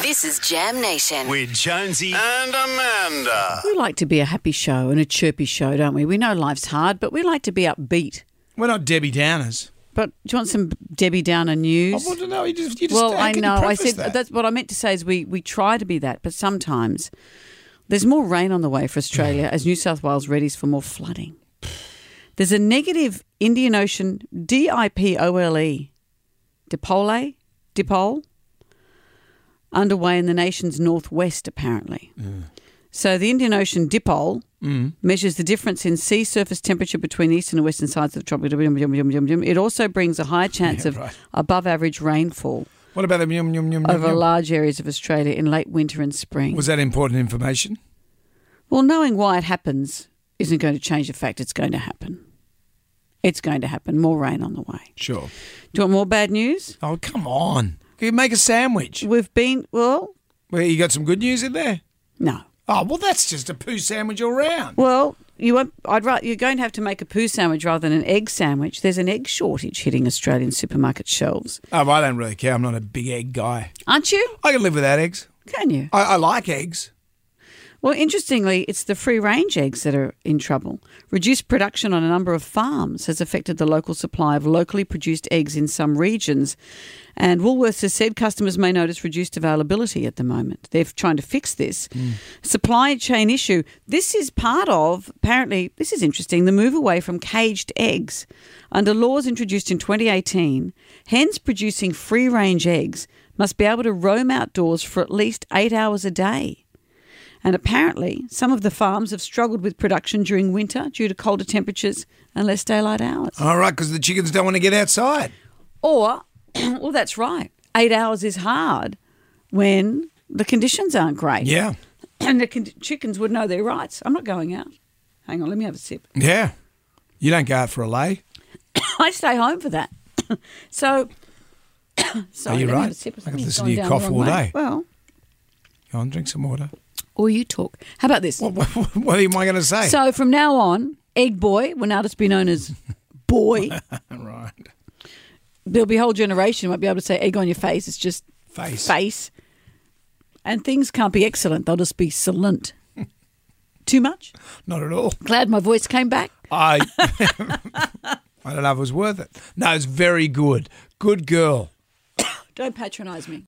This is Jam Nation. with Jonesy Uh, and Amanda. We like to be a happy show and a chirpy show, don't we? We know life's hard, but we like to be upbeat. We're not Debbie Downers. But do you want some Debbie Downer I news? want to know. You just, you just well, how I can you know. I preface said that? that's what I meant to say is we we try to be that, but sometimes there's more rain on the way for Australia as New South Wales readies for more flooding. There's a negative Indian Ocean D I P O L E dipole dipole underway in the nation's northwest apparently. So the Indian Ocean dipole Mm. measures the difference in sea surface temperature between the eastern and western sides of the tropical. It also brings a high chance of right. above average rainfall What about the yum yum yum? yum, over yum? large areas of Australia in late winter and spring. Was that important information? well, knowing why it happens isn't going to change the fact it's going to happen. It's going to happen. More rain on the way. Sure. Do you want more bad news? Oh come on! Can you make a sandwich? We've been, well, Well, you got some good news in there. no. Oh well, that's just a poo sandwich all round. Well, you won't, I'd rather, you're going to have to make a poo sandwich rather than an egg sandwich. There's an egg shortage hitting Australian supermarket shelves. Oh, I don't really care. I'm not a big egg guy. Aren't you? I can live without eggs. Can you? I, I like eggs. Well, interestingly, it's the free range eggs that are in trouble. Reduced production on a number of farms has affected the local supply of locally produced eggs in some regions. And Woolworths has said customers may notice reduced availability at the moment. They're trying to fix this supply chain issue. This is part of, apparently, this is interesting, the move away from caged eggs. Under laws introduced in 2018, hens producing free range eggs must be able to roam outdoors for at least eight hours a day. And apparently, some of the farms have struggled with production during winter due to colder temperatures and less daylight hours. All right, because the chickens don't want to get outside. Or, well, that's right. Eight hours is hard when the conditions aren't great. Yeah. And the con- chickens would know their rights. I'm not going out. Hang on, let me have a sip. Yeah. You don't go out for a lay. I stay home for that. so, sorry, Are you let me Oh, right? have a sip of I could something. listen Gone to you down the cough wrong all way. day. Well, Go on, drink some water. or you talk. How about this? What, what, what am I going to say? So from now on, Egg Boy will now just be known as Boy. right. there'll be a whole generation won't be able to say egg on your face. It's just Face. face. And things can't be excellent. They'll just be salient. Too much? Not at all. Glad my voice came back. I. I don't know if it was worth it. No, it's very good. Good girl. Don't patronise me.